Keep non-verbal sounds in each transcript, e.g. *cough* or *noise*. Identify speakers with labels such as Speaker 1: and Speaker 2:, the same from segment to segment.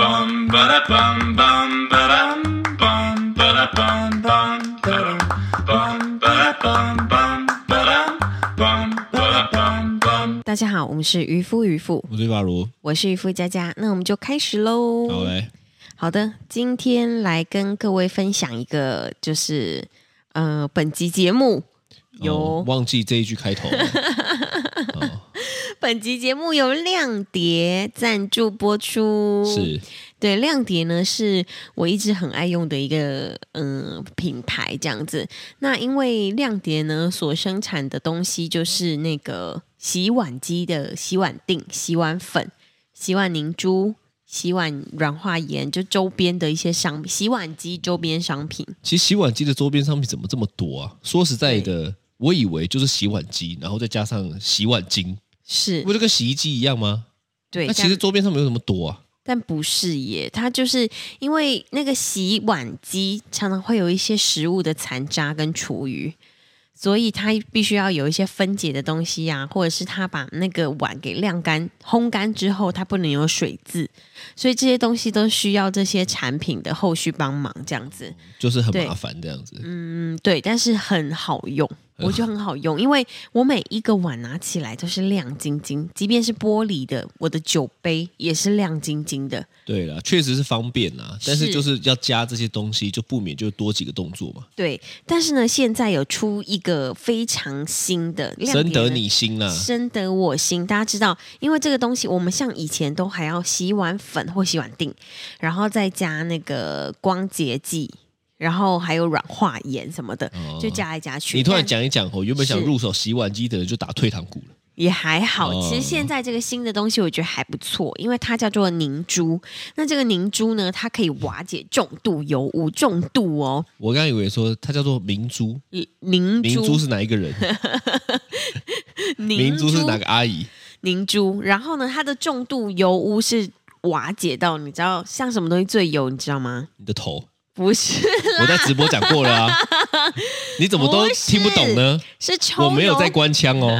Speaker 1: bum ba da bum bum ba dum bum ba da bum bum ba dum bum ba da bum bum ba dum bum ba da bum bum
Speaker 2: 大家好，我们是渔夫渔妇，
Speaker 3: 我对巴如，
Speaker 2: 我是渔夫佳佳，那我们就开始喽。
Speaker 3: 好嘞，
Speaker 2: 好的，今天来跟各位分享一个，就是呃，本集节目有、
Speaker 3: 哦忘记这一句开头了，哦，
Speaker 2: 本集节目由亮碟赞助播出，
Speaker 3: 是
Speaker 2: 对亮碟呢是我一直很爱用的一个嗯、呃品牌这样子。那因为亮碟呢所生产的东西就是那个洗碗机的洗碗锭、洗碗粉、洗碗凝珠。洗碗软化盐，就周边的一些商洗碗机周边商品，
Speaker 3: 其实洗碗机的周边商品怎么这么多啊？说实在的，我以为就是洗碗机，然后再加上洗碗巾，
Speaker 2: 是
Speaker 3: 不就跟洗衣机一样吗？
Speaker 2: 对。
Speaker 3: 那其实
Speaker 2: 但
Speaker 3: 周边上面有什么多啊？
Speaker 2: 但不是耶，它就是因为那个洗碗机常常会有一些食物的残渣跟厨余，所以它必须要有一些分解的东西啊，或者是它把那个碗给晾干、烘干之后，它不能有水渍，所以这些东西都需要这些产品的后续帮忙，这样子。
Speaker 3: 就是很
Speaker 2: 对
Speaker 3: 麻烦这样子，
Speaker 2: 嗯，对，但是很好用，我觉得很好用，因为我每一个碗拿起来都是亮晶晶，即便是玻璃的，我的酒杯也是亮晶晶的。
Speaker 3: 对啦，确实是方便啦，但是
Speaker 2: 是
Speaker 3: 就是要加这些东西，就不免就多几个动作嘛，
Speaker 2: 对，但是呢，现在有出一个非常新的，亮
Speaker 3: 深
Speaker 2: 点
Speaker 3: 得
Speaker 2: 呢
Speaker 3: 你啊心啦。
Speaker 2: 深得我心。大家知道，因为这个东西，我们像以前都还要洗碗粉或洗碗锭，然后再加那个光洁剂，然后还有软化盐什么的，
Speaker 3: 哦
Speaker 2: 就加来加去。
Speaker 3: 你突然
Speaker 2: 但
Speaker 3: 讲一讲，我原本想
Speaker 2: 是
Speaker 3: 入手洗碗机的人就打退堂鼓了。
Speaker 2: 也还好，其实
Speaker 3: 哦
Speaker 2: 现在这个新的东西我觉得还不错，因为它叫做凝珠。那这个凝珠呢，它可以瓦解重度油污，重度哦，嗯
Speaker 3: 我刚以为说它叫做明珠，
Speaker 2: 凝
Speaker 3: 明
Speaker 2: 珠，
Speaker 3: 珠是哪一个
Speaker 2: *laughs*
Speaker 3: 人？明珠是哪个阿姨？
Speaker 2: 凝珠，然后呢，它的重度油污是瓦解到，你知道像什么东西最油，你知道吗？
Speaker 3: 你的头，
Speaker 2: 不是，
Speaker 3: *laughs* 我在直播讲过
Speaker 2: *laughs*
Speaker 3: 了啊，你怎么都
Speaker 2: 不是
Speaker 3: 听不懂呢？
Speaker 2: 是抽油，
Speaker 3: 我没有在关枪
Speaker 2: *laughs*
Speaker 3: 哦。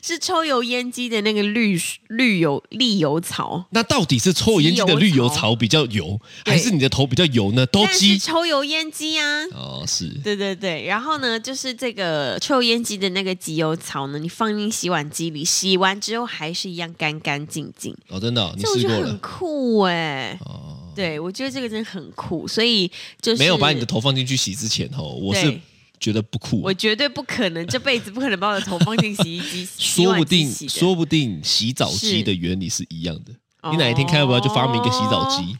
Speaker 2: 是抽油烟机的那个绿绿油沥油槽。
Speaker 3: 那到底是抽油烟机的绿油槽比较油，
Speaker 2: 对
Speaker 3: 还是你的头比较油呢？都
Speaker 2: 但是
Speaker 3: 鸡
Speaker 2: 抽油烟机啊，
Speaker 3: 哦，是
Speaker 2: 对对对，然后呢，就是这个抽油烟机的那个集油槽呢，你放进洗碗机里，洗完之后还是一样干干净净，
Speaker 3: 哦，真的哦，你
Speaker 2: 这我
Speaker 3: 试
Speaker 2: 觉
Speaker 3: 过
Speaker 2: 得很
Speaker 3: 了
Speaker 2: 酷哎、
Speaker 3: 哦。
Speaker 2: 对，我觉得这个真的很酷，所以就是
Speaker 3: 没有把你的，头放进去洗之前哦，我是
Speaker 2: 对
Speaker 3: 觉得不酷
Speaker 2: 我。绝对不可能这辈子不可能把我的头放进洗衣机，洗
Speaker 3: *laughs* 说
Speaker 2: 碗
Speaker 3: 不
Speaker 2: 机
Speaker 3: 定，
Speaker 2: 洗的
Speaker 3: 说不定洗澡机
Speaker 2: 是
Speaker 3: 的原理是一样的。你哪一天看要不要就发明一个洗澡
Speaker 2: 哦
Speaker 3: 机，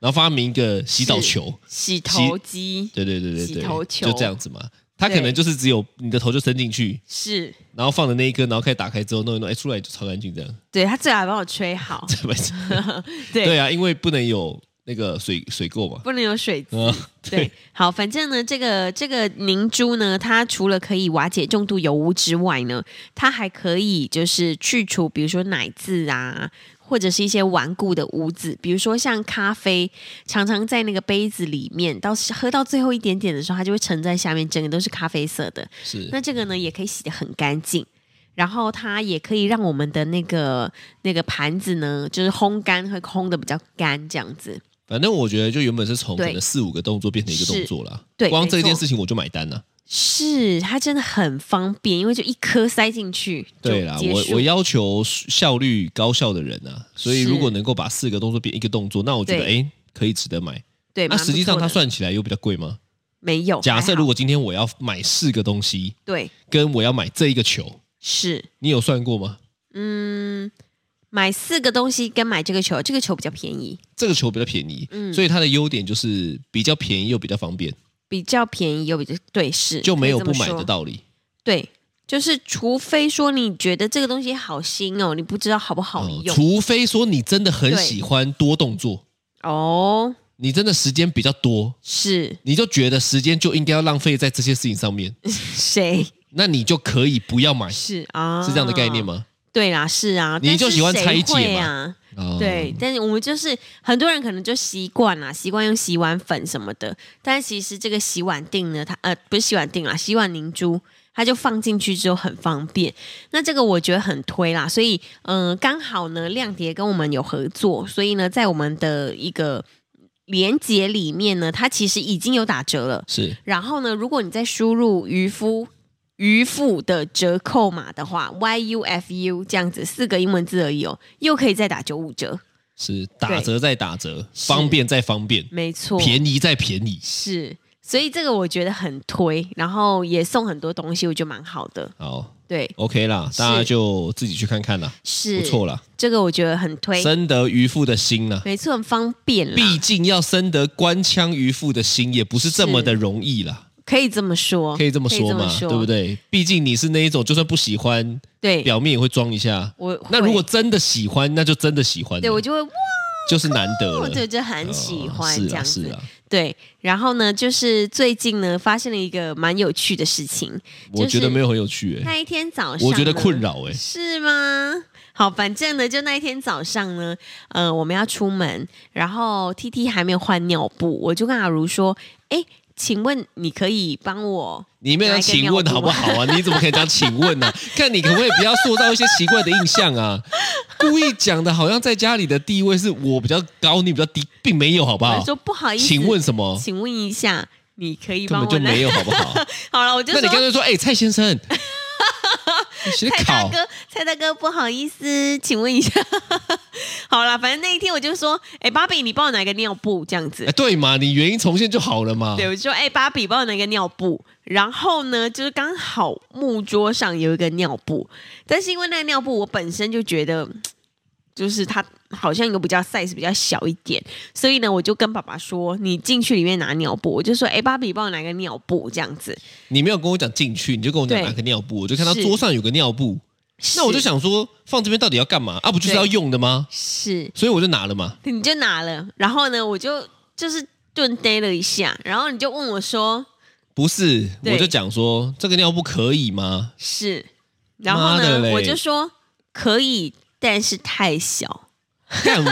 Speaker 3: 然后发明一个洗澡
Speaker 2: 是
Speaker 3: 球，
Speaker 2: 洗头机
Speaker 3: 对对对对对，
Speaker 2: 洗头球
Speaker 3: 就这样子嘛。它可
Speaker 2: 对
Speaker 3: 能就是只有你的头就伸进去，
Speaker 2: 是。
Speaker 3: 然后放的那一颗，然后开始打开之后弄一弄，哎，出来就超干净
Speaker 2: *laughs*
Speaker 3: 这样。
Speaker 2: 对他最好还帮我吹好，
Speaker 3: 对吧
Speaker 2: 对
Speaker 3: 对啊，因为不能有那个水水垢嘛。
Speaker 2: 不能有水渍。
Speaker 3: *laughs* 嗯，
Speaker 2: *laughs* 对，好，反正呢，这个这个凝珠呢，它除了可以瓦解重度油污之外呢，它还可以就是去除，比如说奶渍啊，或者是一些顽固的污渍，比如说像咖啡，常常在那个杯子里面，到喝到最后一点点的时候，它就会沉在下面，整个都是咖啡色的。
Speaker 3: 是
Speaker 2: 那这个呢，也可以洗得很干净。然后它也可以让我们的那个那个盘子呢，就是烘干会烘的比较干这样子。
Speaker 3: 反正我觉得就原本是从
Speaker 2: 对
Speaker 3: 可能四五个动作变成一个动作啦。
Speaker 2: 对
Speaker 3: 光
Speaker 2: 没
Speaker 3: 这件
Speaker 2: 错
Speaker 3: 事情我就买单啊了。
Speaker 2: 是，它真的很方便，因为就一颗塞进去就
Speaker 3: 对啦，
Speaker 2: 结
Speaker 3: 我
Speaker 2: 束
Speaker 3: 我要求效率高效的人啊，所以
Speaker 2: 是
Speaker 3: 如果能够把四个动作变一个动作，那我觉得
Speaker 2: 对
Speaker 3: 哎可以值得买。
Speaker 2: 对，
Speaker 3: 那
Speaker 2: 蛮不
Speaker 3: 实际上
Speaker 2: 错
Speaker 3: 它
Speaker 2: 的
Speaker 3: 算起来又比较贵吗？
Speaker 2: 没有。
Speaker 3: 假
Speaker 2: 还
Speaker 3: 设
Speaker 2: 好
Speaker 3: 如果今天我要买四个东西，
Speaker 2: 对
Speaker 3: 跟我要买这一个球，
Speaker 2: 是
Speaker 3: 你有算过吗？
Speaker 2: 买四个东西跟买这个球，这个球比较便宜，
Speaker 3: 这个球比较便宜，
Speaker 2: 嗯
Speaker 3: 所以它的优点就是比较便宜又比较方便，
Speaker 2: 比较便宜又比较对是
Speaker 3: 就没有
Speaker 2: 可以这
Speaker 3: 不
Speaker 2: 么
Speaker 3: 买
Speaker 2: 说
Speaker 3: 的道理。
Speaker 2: 对，就是除非说你觉得这个东西好新哦，你不知道好不好
Speaker 3: 嗯
Speaker 2: 用
Speaker 3: 除非说你真的很
Speaker 2: 对
Speaker 3: 喜欢多动作，
Speaker 2: 哦，
Speaker 3: 你真的时间比较多，
Speaker 2: 是
Speaker 3: 你就觉得时间就应该要浪费在这些事情上面，
Speaker 2: 谁
Speaker 3: 那你就可以不要买，是
Speaker 2: 是嗯啊？
Speaker 3: 这样的概念？吗？
Speaker 2: 对啦，是啊，
Speaker 3: 你
Speaker 2: 但
Speaker 3: 就是喜欢
Speaker 2: 谁
Speaker 3: 拆解
Speaker 2: 会
Speaker 3: 嘛
Speaker 2: 啊。
Speaker 3: 哦
Speaker 2: 对，但是我们就是很多人可能就习惯啦，习惯用洗碗粉什么的，但其实这个洗碗锭呢，它呃不是洗碗锭啦，洗碗凝珠，它就放进去之后很方便。那这个我觉得很推啦，所以嗯、呃刚好呢，亮蝶跟我们有合作，所以呢，在我们的一个连接里面呢，它其实已经有打折了。
Speaker 3: 是
Speaker 2: 然后呢，如果你再输入渔夫渔夫的折扣码的话，Y U F U 这样子四个英文字而已哦，又可以再打九五折，
Speaker 3: 是，打折再打折，方便再方便，
Speaker 2: 没错，
Speaker 3: 便宜再便宜。
Speaker 2: 是。所以这个我觉得很推，然后也送很多东西，我觉得蛮好的。
Speaker 3: 好
Speaker 2: 对，
Speaker 3: ，OK 啦，
Speaker 2: 是
Speaker 3: 大家就自己去看看啦，
Speaker 2: 是哎
Speaker 3: 不错啦，
Speaker 2: 这个我觉得很推，
Speaker 3: 深得渔夫的心啦。
Speaker 2: 没错，很方便
Speaker 3: 毕
Speaker 2: 啦，
Speaker 3: 竟要深得官腔渔夫的心，也不是这么的容易啦，
Speaker 2: 可以这么说，
Speaker 3: 可以这么说嘛，对不？对？毕竟你是那一种，就算不喜欢，
Speaker 2: 对，
Speaker 3: 表面也会装一下。
Speaker 2: 我
Speaker 3: 那
Speaker 2: 会
Speaker 3: 如果真的喜欢，那就真的喜欢了，
Speaker 2: 对我就会哇，
Speaker 3: 就是难得了
Speaker 2: 我，就就很喜欢、
Speaker 3: 哦
Speaker 2: 这
Speaker 3: 是
Speaker 2: 样
Speaker 3: 啊，
Speaker 2: 子
Speaker 3: 是。啊，
Speaker 2: 对，然后呢，就是最近呢，发现了一个蛮有趣的事情。
Speaker 3: 我觉
Speaker 2: 就
Speaker 3: 得
Speaker 2: 是
Speaker 3: 没有很有趣、欸，
Speaker 2: 那一天早上，
Speaker 3: 我觉得困。扰、欸，
Speaker 2: 是吗？好，反正呢，就那一天早上呢，呃，我们要出门，然后 T T 还没有换尿布，我就跟阿如说：“哎，请问你可以帮我
Speaker 3: 你没有请问好不好啊？你怎么可以讲请问呢、 *laughs* 看你可不可以不要塑造一些奇怪的印象啊！故意讲的好像在家里的地位是我比较高，你比较低，并没有，好不
Speaker 2: 我
Speaker 3: 好
Speaker 2: 就？说不好意思，
Speaker 3: 啊请问什么？
Speaker 2: 请问一下，你可以
Speaker 3: 根
Speaker 2: 帮我
Speaker 3: 本就
Speaker 2: 拿
Speaker 3: 没
Speaker 2: *laughs*
Speaker 3: 有，好不好？
Speaker 2: 好了，我就
Speaker 3: 那你刚
Speaker 2: 说
Speaker 3: 才说，哎、蔡先
Speaker 2: *laughs*
Speaker 3: 生，你写
Speaker 2: 蔡大
Speaker 3: 考
Speaker 2: 哥，蔡大哥不好意思，请问一下。 *laughs* 好了，反正那一天我就说，哎、芭比，你帮我拿个尿布这样子
Speaker 3: 哎、。对嘛，你原因重现就好了嘛。
Speaker 2: 对，我就说，哎、芭比，帮我拿个尿布。然后呢，就是刚好木桌上有一个尿布，但是因为那个尿布，我本身就觉得，就是它好像有比较 size 比较小一点，所以呢，我就跟爸爸说，你进去里面拿尿布。我就说，哎、芭比，帮我拿个尿布这样子。
Speaker 3: 你没有跟我讲进去，你就跟我讲
Speaker 2: 对
Speaker 3: 拿个尿布，我就看到
Speaker 2: 是
Speaker 3: 桌上有个尿布，那我就是想说放这边到底要干嘛啊？不就是
Speaker 2: 对
Speaker 3: 要用的吗？
Speaker 2: 是
Speaker 3: 所以我就拿了嘛。
Speaker 2: 你就拿了，然后呢，我就就是顿呆了一下，然后你就问我说
Speaker 3: 不是，
Speaker 2: 对
Speaker 3: 我就讲说这个尿布可以吗？
Speaker 2: 是，然后
Speaker 3: 妈
Speaker 2: 呢，
Speaker 3: 的嘞
Speaker 2: 我就说可以，但是太小，
Speaker 3: 干我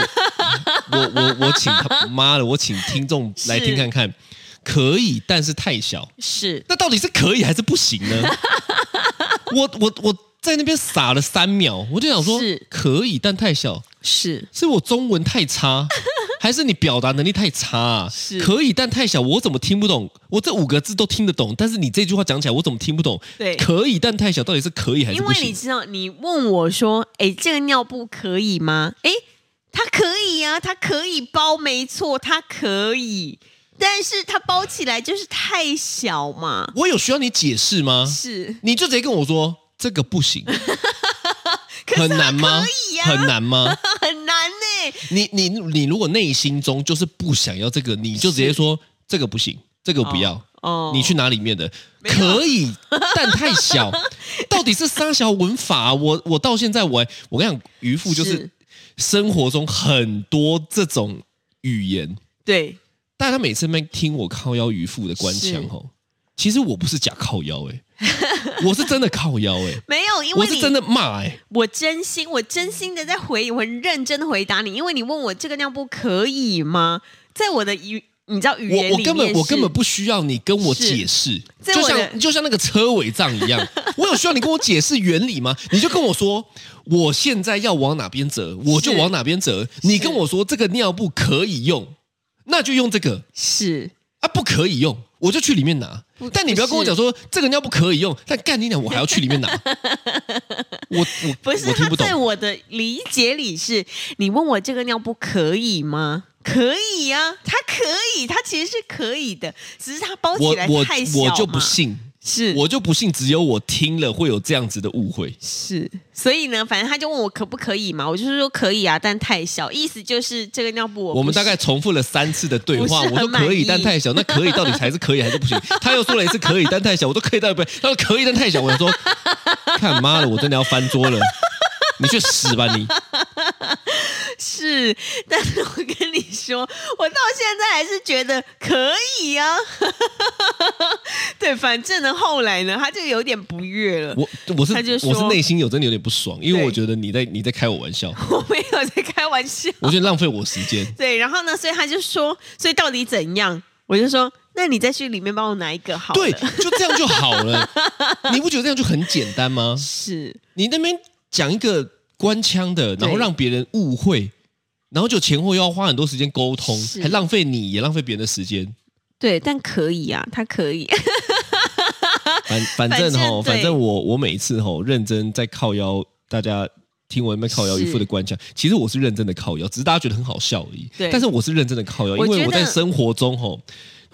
Speaker 3: *laughs* 我我我请他妈的，我请听众来
Speaker 2: 是
Speaker 3: 听看看，可以，但是太小。
Speaker 2: 是
Speaker 3: 那到底是可以还是不行呢？
Speaker 2: *laughs*
Speaker 3: 我我我在那边傻了三秒，我就想说
Speaker 2: 是，
Speaker 3: 可以，但太小，
Speaker 2: 是
Speaker 3: 是我中文
Speaker 2: *laughs*
Speaker 3: 太差，还是你表达能力太差、啊
Speaker 2: 是？
Speaker 3: 可以，但太小，我怎么听不懂？我这五个字都听得懂，但是你这句话讲起来，我怎么听不懂？
Speaker 2: 对
Speaker 3: 可以，但太小，到底是可以还是
Speaker 2: 因
Speaker 3: 不
Speaker 2: 为你
Speaker 3: 行？
Speaker 2: 知道，你问我说，哎，这个尿布可以吗？哎，它可以啊，它可以包，没错，它可以，但是它包起来就是太小嘛，
Speaker 3: 我有需要你解释吗？
Speaker 2: 是
Speaker 3: 你就直接跟我说这个
Speaker 2: *laughs*
Speaker 3: 不行，
Speaker 2: 可是
Speaker 3: 很难吗
Speaker 2: 可以？呀
Speaker 3: 很难吗？
Speaker 2: *laughs* 很难呢、
Speaker 3: 你你你如果内心中就是不想要这个，你就直接说这个不行，这个不要。
Speaker 2: 哦，
Speaker 3: 你去拿里面的，可以，但太小，到底是沙小文法啊、我我到现在我还我跟你讲，渔夫就是
Speaker 2: 是
Speaker 3: 生活中很多这种语言，
Speaker 2: 对
Speaker 3: 但他每次没听我靠腰渔夫的官腔
Speaker 2: 是
Speaker 3: 吼，其实我不是假靠腰哎、我是真的靠腰哎、
Speaker 2: 没有，因为
Speaker 3: 我
Speaker 2: 你
Speaker 3: 是真的骂哎、
Speaker 2: 我真心，我真心的在回，我很认真的回答你，因为你问我这个尿布可以吗？在我的语，你知道语言
Speaker 3: 我我
Speaker 2: 里面
Speaker 3: 根本我
Speaker 2: 是
Speaker 3: 根本不需要你跟我
Speaker 2: 是
Speaker 3: 解释，
Speaker 2: 在
Speaker 3: 就
Speaker 2: 我的
Speaker 3: 像就像那个车尾帐一
Speaker 2: *laughs*
Speaker 3: 样，我有需要你跟我解释原理吗？你就跟我说我现在要往哪边折，我就是往哪边折。你跟我说这个尿布可以用，那就用这个
Speaker 2: 是
Speaker 3: 啊，不可以用我就去里面拿。但你不要跟我讲说这个尿布可以用，但干你娘，我还要去里
Speaker 2: *laughs*
Speaker 3: 面拿。我我
Speaker 2: 不是
Speaker 3: 我听
Speaker 2: 他
Speaker 3: 不懂
Speaker 2: 在，我的理解里是，你问我这个尿布可以吗？可以呀、啊，它可以，它其实是可以的，只是它包
Speaker 3: 我
Speaker 2: 起来
Speaker 3: 我
Speaker 2: 太小
Speaker 3: 我就
Speaker 2: 嘛
Speaker 3: 不信，
Speaker 2: 是
Speaker 3: 我就不信只有我听了会有这样子的误会。
Speaker 2: 是，所以呢，反正他就问我可不可以嘛，我就是说可以啊，但太小，意思就是这个尿布我
Speaker 3: 我
Speaker 2: 我
Speaker 3: 们大概重复了三次的对话，
Speaker 2: 不是
Speaker 3: 我
Speaker 2: 很
Speaker 3: 说可
Speaker 2: 满
Speaker 3: 以
Speaker 2: 意
Speaker 3: 但太小，那可以到底才是可以还
Speaker 2: *laughs*
Speaker 3: 是不行？他又说了一次可以但太小，我说可以但不，他说可以但太小，我想说，看妈的，我真的要翻桌
Speaker 2: *laughs*
Speaker 3: 了，你去死吧你！
Speaker 2: 是，但是我跟你说，我到现在还是觉得可以啊。 *laughs* 对，反正呢，后来呢，他就有点不悦了。
Speaker 3: 我我是
Speaker 2: 他就说
Speaker 3: 我是内心有真的有点不爽，因为
Speaker 2: 对
Speaker 3: 我觉得你在你在开我玩笑，
Speaker 2: 我没有在开玩笑。 *laughs*
Speaker 3: 我觉得浪费我时间。
Speaker 2: 对，然后呢，所以他就说，所以到底怎样？我就说那你再去里面帮我拿一个好了。
Speaker 3: 对，就这样就好了。你不觉得这样就很简单
Speaker 2: *laughs*
Speaker 3: 吗？
Speaker 2: 是
Speaker 3: 你那边讲一个官腔的，
Speaker 2: 对
Speaker 3: 然后让别人误会，然后就前后又要花很多时间沟通，
Speaker 2: 是
Speaker 3: 还浪费你也浪费别人的时间。
Speaker 2: 对，但可以啊，他可以， *laughs*
Speaker 3: 反反正
Speaker 2: 反
Speaker 3: 哈，
Speaker 2: 正对
Speaker 3: 反正我我每一次哈认真在靠腰，大家听我那边靠腰
Speaker 2: 是
Speaker 3: 一副的官腔，其实我是认真的靠腰，只是大家觉得很好笑而已。
Speaker 2: 对
Speaker 3: 但是我是认真的靠腰，
Speaker 2: 我
Speaker 3: 因
Speaker 2: 觉得
Speaker 3: 为我在生活中哈，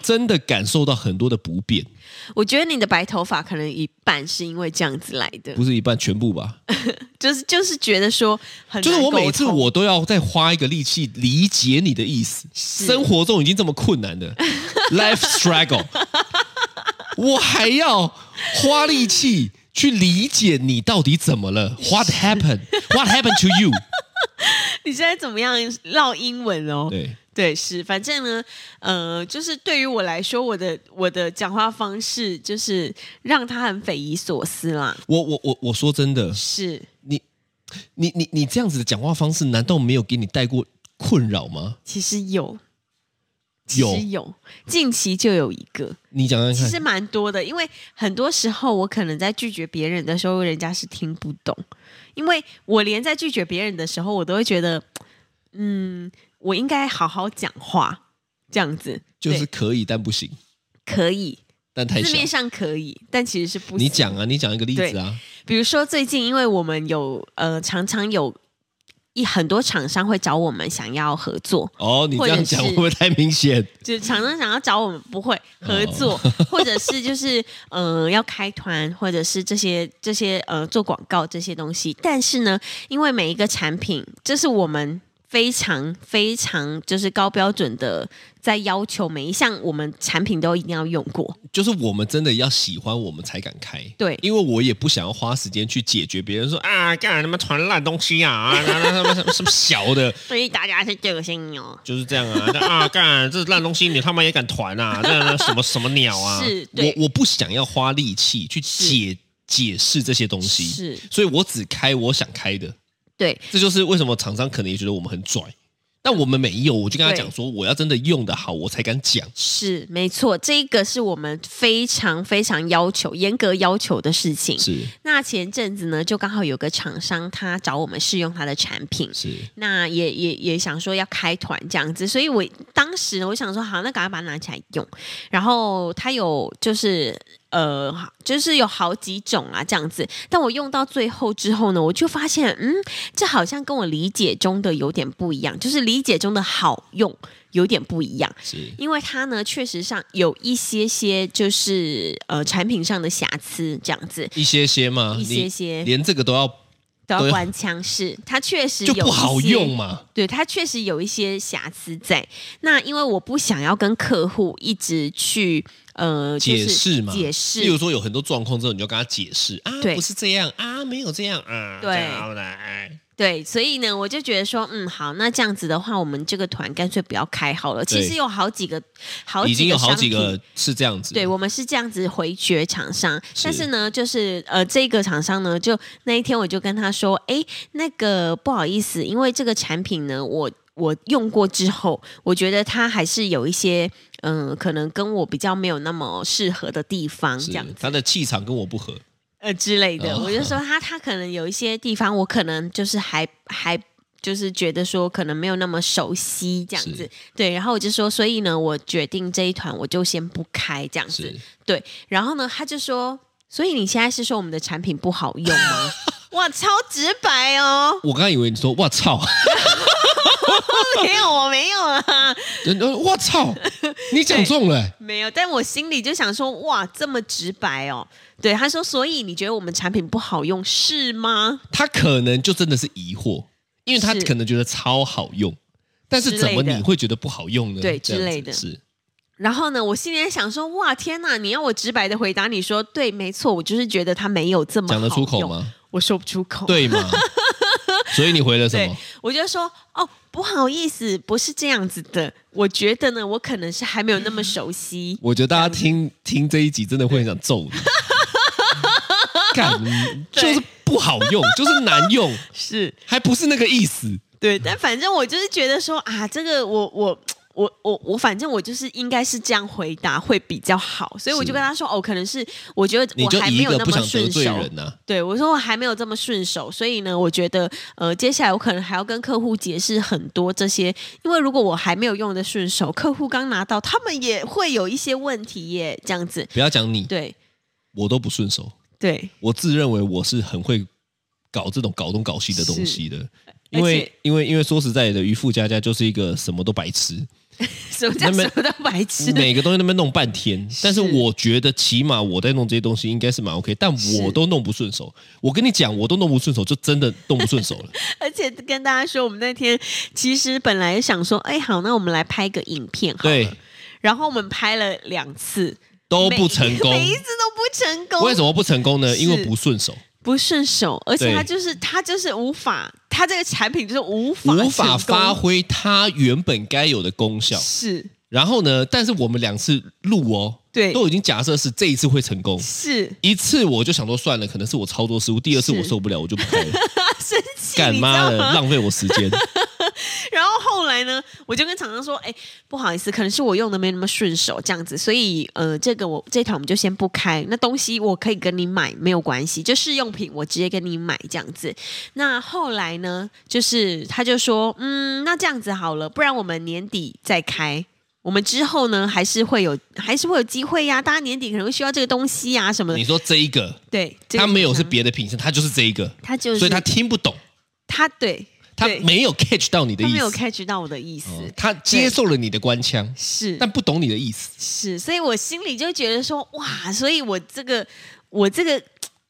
Speaker 3: 真的感受到很多的不便，
Speaker 2: 我觉得你的白头发可能一半是因为这样子来的，
Speaker 3: 不是一半全部吧？
Speaker 2: 就是就是觉得说很
Speaker 3: 就是
Speaker 2: 难
Speaker 3: 我
Speaker 2: 沟
Speaker 3: 每次
Speaker 2: 通
Speaker 3: 我都要再花一个力气理解你的意思。生活中已经这么困
Speaker 2: *laughs*
Speaker 3: 难的 life struggle，我还要花力气去理解你到底怎么了？What happened? *laughs* What happened to
Speaker 2: *laughs*
Speaker 3: you?
Speaker 2: 你现在怎么样唠英文哦？
Speaker 3: 对，
Speaker 2: 对，是，反正呢，呃，就是对于我来说，我的我的讲话方式就是让他很匪夷所思啦。
Speaker 3: 我我我我说真的，
Speaker 2: 是，
Speaker 3: 你你你你这样子的讲话方式，难道没有给你带过困扰吗？
Speaker 2: 其实有，其
Speaker 3: 有
Speaker 2: 实有，近期就有一个，
Speaker 3: 你讲讲
Speaker 2: 其
Speaker 3: 看
Speaker 2: 实。蛮多的，因为很多时候我可能在拒绝别人的时候，人家是听不懂，因为我连在拒绝别人的时候，我都会觉得，嗯，我应该好好讲话，这样子
Speaker 3: 就是
Speaker 2: 对
Speaker 3: 可以，但不行，
Speaker 2: 可以，
Speaker 3: 但太
Speaker 2: 字
Speaker 3: 小
Speaker 2: 面。上可以，但其实是不行。
Speaker 3: 你讲啊，你讲一个例子啊。
Speaker 2: 比如说最近，因为我们有呃，常常有一很多厂商会找我们想要合作，
Speaker 3: 哦，你这
Speaker 2: 或
Speaker 3: 样
Speaker 2: 者是
Speaker 3: 讲会不会太明显？
Speaker 2: 就是厂商想要找我们不会
Speaker 3: 哦
Speaker 2: 合作，或者是就是嗯、呃要开团，或者是这些这些呃做广告这些东西。但是呢，因为每一个产品，这是我们。非常非常就是高标准的，在要求每一项我们产品都一定要用过，
Speaker 3: 就是我们真的要喜欢，我们才敢开。
Speaker 2: 对
Speaker 3: 因为我也不想要花时间去解决别人说啊，干他妈传烂东西啊，啊那那那什么什么小的， *laughs*
Speaker 2: 所以大家是这个心哦。
Speaker 3: 就是这样啊，那啊干这烂东西你他妈也敢团啊，那那什么什么鸟啊？
Speaker 2: 是对
Speaker 3: 我我不想要花力气去解解释这些东西，
Speaker 2: 是
Speaker 3: 所以我只开我想开的。
Speaker 2: 对，
Speaker 3: 这就是为什么厂商可能也觉得我们很拽，但我们没有，我就跟他
Speaker 2: 对
Speaker 3: 讲说，我要真的用的好，我才敢讲。
Speaker 2: 是没错，这个是我们非常非常要求、严格要求的事情。
Speaker 3: 是
Speaker 2: 那前阵子呢，就刚好有个厂商他找我们试用他的产品，
Speaker 3: 是，
Speaker 2: 那也也也想说要开团这样子，所以我当时我想说好，那赶快把它拿起来用。然后它有就是呃，就是有好几种啊这样子，但我用到最后之后呢，我就发现嗯，这好像跟我理解中的有点不一样，就是理解中的好用有点不一样。
Speaker 3: 是
Speaker 2: 因为它呢，确实上有一些些就是呃产品上的瑕疵这样子，
Speaker 3: 一些些吗？
Speaker 2: 一些
Speaker 3: 啊你
Speaker 2: 些
Speaker 3: 连这个都要
Speaker 2: 都要
Speaker 3: 对啊
Speaker 2: 关腔是它确实
Speaker 3: 就
Speaker 2: 有
Speaker 3: 不
Speaker 2: 一
Speaker 3: 好
Speaker 2: 些
Speaker 3: 用嘛？
Speaker 2: 对，它确实有一些瑕疵在。那因为我不想要跟客户一直去呃、就是
Speaker 3: 解释嘛？
Speaker 2: 解
Speaker 3: 例如
Speaker 2: 释。
Speaker 3: 说有很多状况之后，你就跟他解释啊，
Speaker 2: 对
Speaker 3: 不是这样啊，没有这样啊，
Speaker 2: 对
Speaker 3: 这样来，
Speaker 2: 对，所以呢，我就觉得说，嗯，好，那这样子的话，我们这个团干脆不要开好了。其
Speaker 3: 对
Speaker 2: 实有好几个，好
Speaker 3: 已经
Speaker 2: 几
Speaker 3: 有
Speaker 2: 个
Speaker 3: 好
Speaker 2: 商
Speaker 3: 几
Speaker 2: 品。
Speaker 3: 个是这样子。
Speaker 2: 对，我们是这样子回绝厂商，
Speaker 3: 是
Speaker 2: 但是呢，就是呃，这个厂商呢，就那一天我就跟他说，哎，那个不好意思，因为这个产品呢，我我用过之后，我觉得它还是有一些嗯、呃可能跟我比较没有那么适合的地方，这
Speaker 3: 是
Speaker 2: 样
Speaker 3: 他的气场跟我不合，
Speaker 2: 呃之类的。
Speaker 3: 哦
Speaker 2: 我就说他他可能有一些地方，我可能就是还还。就是觉得说可能没有那么熟悉这样
Speaker 3: 是
Speaker 2: 子，对，然后我就说，所以呢，我决定这一团我就先不开这样子
Speaker 3: 是，
Speaker 2: 对，然后呢，他就说，所以你现在是说我们的产品不好用吗？ *laughs* 哇，超直白哦！
Speaker 3: 我刚刚以为你说我操， *laughs*
Speaker 2: 没有，我没有啊，
Speaker 3: 我呃
Speaker 2: *laughs*
Speaker 3: 操，你讲中了、
Speaker 2: 没有。但我心里就想说，哇，这么直白哦。对，他说，所以你觉得我们产品不好用是吗？
Speaker 3: 他可能就真的是疑惑，因为他
Speaker 2: 是
Speaker 3: 可能觉得超好用，但是怎么
Speaker 2: 之类的
Speaker 3: 你会觉得不好用呢？
Speaker 2: 对
Speaker 3: 这样
Speaker 2: 之
Speaker 3: 子
Speaker 2: 类的
Speaker 3: 是
Speaker 2: 然后呢，我心里在想说，哇，天哪！你要我直白的回答你说，对，没错，我就是觉得它没有这么
Speaker 3: 讲得
Speaker 2: 好
Speaker 3: 出口
Speaker 2: 用？
Speaker 3: 吗？
Speaker 2: 我说不出口。
Speaker 3: 对
Speaker 2: *laughs*
Speaker 3: 吗？所以你回了什
Speaker 2: 对
Speaker 3: 么？，
Speaker 2: 我就说哦，不好意思，不是这样子的。我觉得呢，我可能是还没有那么熟悉。 *laughs*
Speaker 3: 我觉得大家听听这一集真的会很想揍你，干你
Speaker 2: 对
Speaker 3: 就是不好用，就是难用，
Speaker 2: 是，
Speaker 3: 还不是那个意思。
Speaker 2: 对，但反正我就是觉得说啊，这个我我我我我反正我就是应该是这样回答会比较好，所以我
Speaker 3: 是
Speaker 2: 就跟他说哦，可能是我觉得
Speaker 3: 你
Speaker 2: 我
Speaker 3: 就
Speaker 2: 还
Speaker 3: 以
Speaker 2: 没
Speaker 3: 一
Speaker 2: 有
Speaker 3: 个
Speaker 2: 那
Speaker 3: 不
Speaker 2: 么
Speaker 3: 想得
Speaker 2: 顺
Speaker 3: 罪
Speaker 2: 手。
Speaker 3: 人啊呐、
Speaker 2: 对我说我还没有这么顺手，所以呢，我觉得呃，接下来我可能还要跟客户解释很多这些，因为如果我还没有用的顺手，客户刚拿到，他们也会有一些问题耶，这样子。
Speaker 3: 不要讲你，
Speaker 2: 对
Speaker 3: 我都不顺手，
Speaker 2: 对， *laughs*
Speaker 3: 我自认为我是很会搞这种搞东搞西的东西的。因
Speaker 2: 而
Speaker 3: 为
Speaker 2: 且
Speaker 3: 因为因为说实在的，渔夫家家就是一个什么都白痴，
Speaker 2: 什么叫
Speaker 3: 那么
Speaker 2: 什么都白痴？
Speaker 3: 每个东西那边弄半天。但是我觉得起码我在弄这些东西应该是蛮 OK，但我
Speaker 2: 是
Speaker 3: 都弄不顺手。我跟你讲，我都弄不顺手，就真的弄不顺手了。
Speaker 2: *laughs* 而且跟大家说，我们那天其实本来想说，哎，好，那我们来拍个影片好了，
Speaker 3: 对，
Speaker 2: 然后我们拍了两次，
Speaker 3: 都
Speaker 2: 每
Speaker 3: 不成功。
Speaker 2: 每一次都不成功，
Speaker 3: 为什么不成功呢？
Speaker 2: 是
Speaker 3: 因为不顺手，
Speaker 2: 不顺手？而且
Speaker 3: 对
Speaker 2: 他就是他就是无法，他这个产品就是无法
Speaker 3: 无法
Speaker 2: 成功
Speaker 3: 发挥它原本该有的功效。
Speaker 2: 是
Speaker 3: 然后呢，但是我们两次录哦，
Speaker 2: 对
Speaker 3: 都已经假设是这一次会成功。
Speaker 2: 是 *laughs*
Speaker 3: 一次我就想说算了，可能是我操作失误。第二次
Speaker 2: 是
Speaker 3: 我受不了，我就不
Speaker 2: *laughs*
Speaker 3: 开了。
Speaker 2: 生气，
Speaker 3: 干
Speaker 2: 你知
Speaker 3: 妈
Speaker 2: 道
Speaker 3: 的，
Speaker 2: 吗？
Speaker 3: 浪费我时
Speaker 2: *laughs*
Speaker 3: 间。
Speaker 2: 然后后来呢，我就跟厂商说，哎，不好意思，可能是我用的没那么顺手，这样子，所以呃，这个我这团我们就先不开。那东西我可以跟你买，没有关系，就试用品我直接跟你买这样子。那后来呢，就是他就说，嗯，那这样子好了，不然我们年底再开。我们之后呢，还是会有，还是会有机会呀、大家年底可能会需要这个东西呀、什么
Speaker 3: 你
Speaker 2: 的。
Speaker 3: 说这一个，
Speaker 2: 对，这个
Speaker 3: 他没有
Speaker 2: 厂
Speaker 3: 是
Speaker 2: 商，
Speaker 3: 别的品相，他就是这一个，
Speaker 2: 他就是
Speaker 3: 所以他听不懂，
Speaker 2: 他对
Speaker 3: 他
Speaker 2: 对
Speaker 3: 没有 catch 到你的
Speaker 2: 他
Speaker 3: 意
Speaker 2: 没有
Speaker 3: 思，
Speaker 2: catch 到我的意思，
Speaker 3: 哦他接受了你的官腔，
Speaker 2: 是
Speaker 3: 但不懂你的意思。
Speaker 2: 是，所以我心里就觉得说，哇，所以我这个，我这个，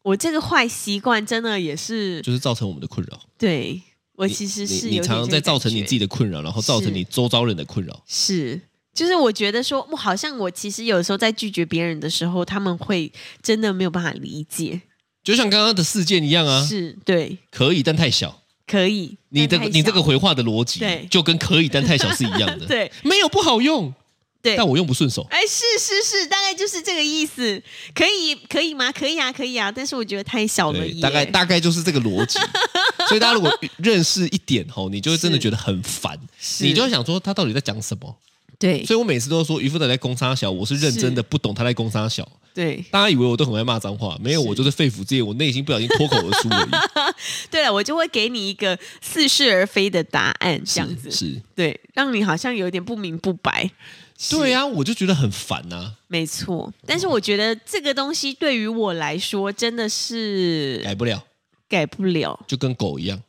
Speaker 2: 我这个坏习惯真的也是，
Speaker 3: 就是造成我们的困扰。
Speaker 2: 对我其实是
Speaker 3: 你你
Speaker 2: 有
Speaker 3: 常
Speaker 2: 点
Speaker 3: 常
Speaker 2: 这
Speaker 3: 在
Speaker 2: 个
Speaker 3: 造
Speaker 2: 感
Speaker 3: 成你
Speaker 2: 觉
Speaker 3: 自己的困扰，然后造成
Speaker 2: 是
Speaker 3: 你周遭人的困扰。
Speaker 2: 是，就是我觉得说，我好像我其实有时候在拒绝别人的时候，他们会真的没有办法理解，
Speaker 3: 就像刚刚的事件一样啊，
Speaker 2: 是对，
Speaker 3: 可以但太小。
Speaker 2: 可以，
Speaker 3: 你的
Speaker 2: 但太
Speaker 3: 你这个
Speaker 2: 小
Speaker 3: 回话的逻辑
Speaker 2: 对，
Speaker 3: 就跟可以但太小是一样的。，
Speaker 2: *laughs* 对
Speaker 3: 没有不好用，
Speaker 2: 对，
Speaker 3: 但我用不顺手。
Speaker 2: 哎，是是是，大概就是这个意思，可以可以吗？可以啊，可以啊，但是我觉得太小了
Speaker 3: 对，
Speaker 2: 耶，
Speaker 3: 大概大概就是这个逻
Speaker 2: *laughs*
Speaker 3: 辑。所以大家如果认识一点吼，你就会真的
Speaker 2: 是
Speaker 3: 觉得很烦，
Speaker 2: 是
Speaker 3: 你就会想说他到底在讲什么。
Speaker 2: 对
Speaker 3: 所以我每次都说渔夫仔在攻沙小，我是认真的，
Speaker 2: 是
Speaker 3: 不懂他在攻沙小。
Speaker 2: 对。
Speaker 3: 大家以为我都很爱骂脏话，没有，我就是肺腑之言，我内心不小心脱口而出而已。
Speaker 2: 对了，我就会给你一个似是而非的答案， *laughs* 这样子，
Speaker 3: 是，
Speaker 2: 对，让你好像有点不明不白。
Speaker 3: 对啊，我就觉得很烦啊呐、
Speaker 2: 没错，但是我觉得这个东西对于我来说真的是
Speaker 3: 改不了，
Speaker 2: 改不了，
Speaker 3: 就跟狗一
Speaker 2: *laughs*
Speaker 3: 样，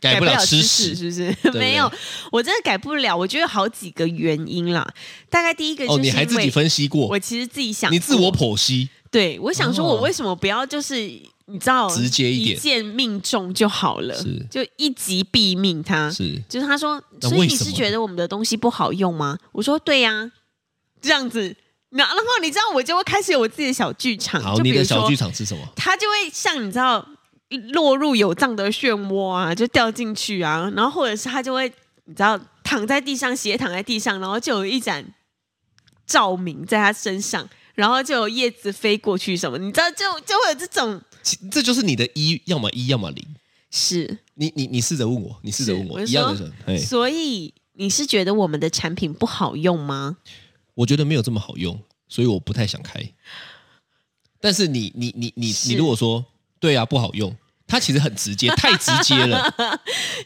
Speaker 2: 改
Speaker 3: 改不了吃
Speaker 2: 屎，
Speaker 3: 屎。
Speaker 2: 是不是？
Speaker 3: 对
Speaker 2: 没有，我真的改不了。我觉得有好几个原因啦，大概第一个就是
Speaker 3: 哦，
Speaker 2: 因为
Speaker 3: 你还自己分析过
Speaker 2: 我，其实自己想过，
Speaker 3: 你自我剖析，
Speaker 2: 对，我想说，
Speaker 3: 哦
Speaker 2: 我为什么不要就是你知道
Speaker 3: 直接一点
Speaker 2: 箭命中就好了
Speaker 3: 是，
Speaker 2: 就一击毙命他。
Speaker 3: 是
Speaker 2: 就是他说，
Speaker 3: 那
Speaker 2: 所以
Speaker 3: 为
Speaker 2: 你
Speaker 3: 什
Speaker 2: 是
Speaker 3: 么
Speaker 2: 觉得我们的东西不好用吗？我说对呀、这样子。然然后你知道，我就会开始有我自己的小剧场，
Speaker 3: 好，
Speaker 2: 就
Speaker 3: 你
Speaker 2: 比
Speaker 3: 的
Speaker 2: 如
Speaker 3: 小
Speaker 2: 说
Speaker 3: 剧，场是什么？
Speaker 2: 他就会像你知道落入有藏的漩涡啊，就掉进去啊，然后或者是他就会你知道躺在地上，斜躺在地上，然后就有一盏照明在他身上，然后就有叶子飞过去什么，你知道就就会有这种
Speaker 3: 其这就是你的一，要么一，要么零。
Speaker 2: 是，
Speaker 3: 你你你试着问我，你试着问我
Speaker 2: 是我就
Speaker 3: 一样
Speaker 2: 说
Speaker 3: 的，哎，
Speaker 2: 所以你是觉得我们的产品不好用吗？
Speaker 3: 我觉得没有这么好用，所以我不太想开。但是你你你你
Speaker 2: 是
Speaker 3: 你如果说对啊不好用，它其实很
Speaker 2: *laughs*
Speaker 3: 直接，太直接了。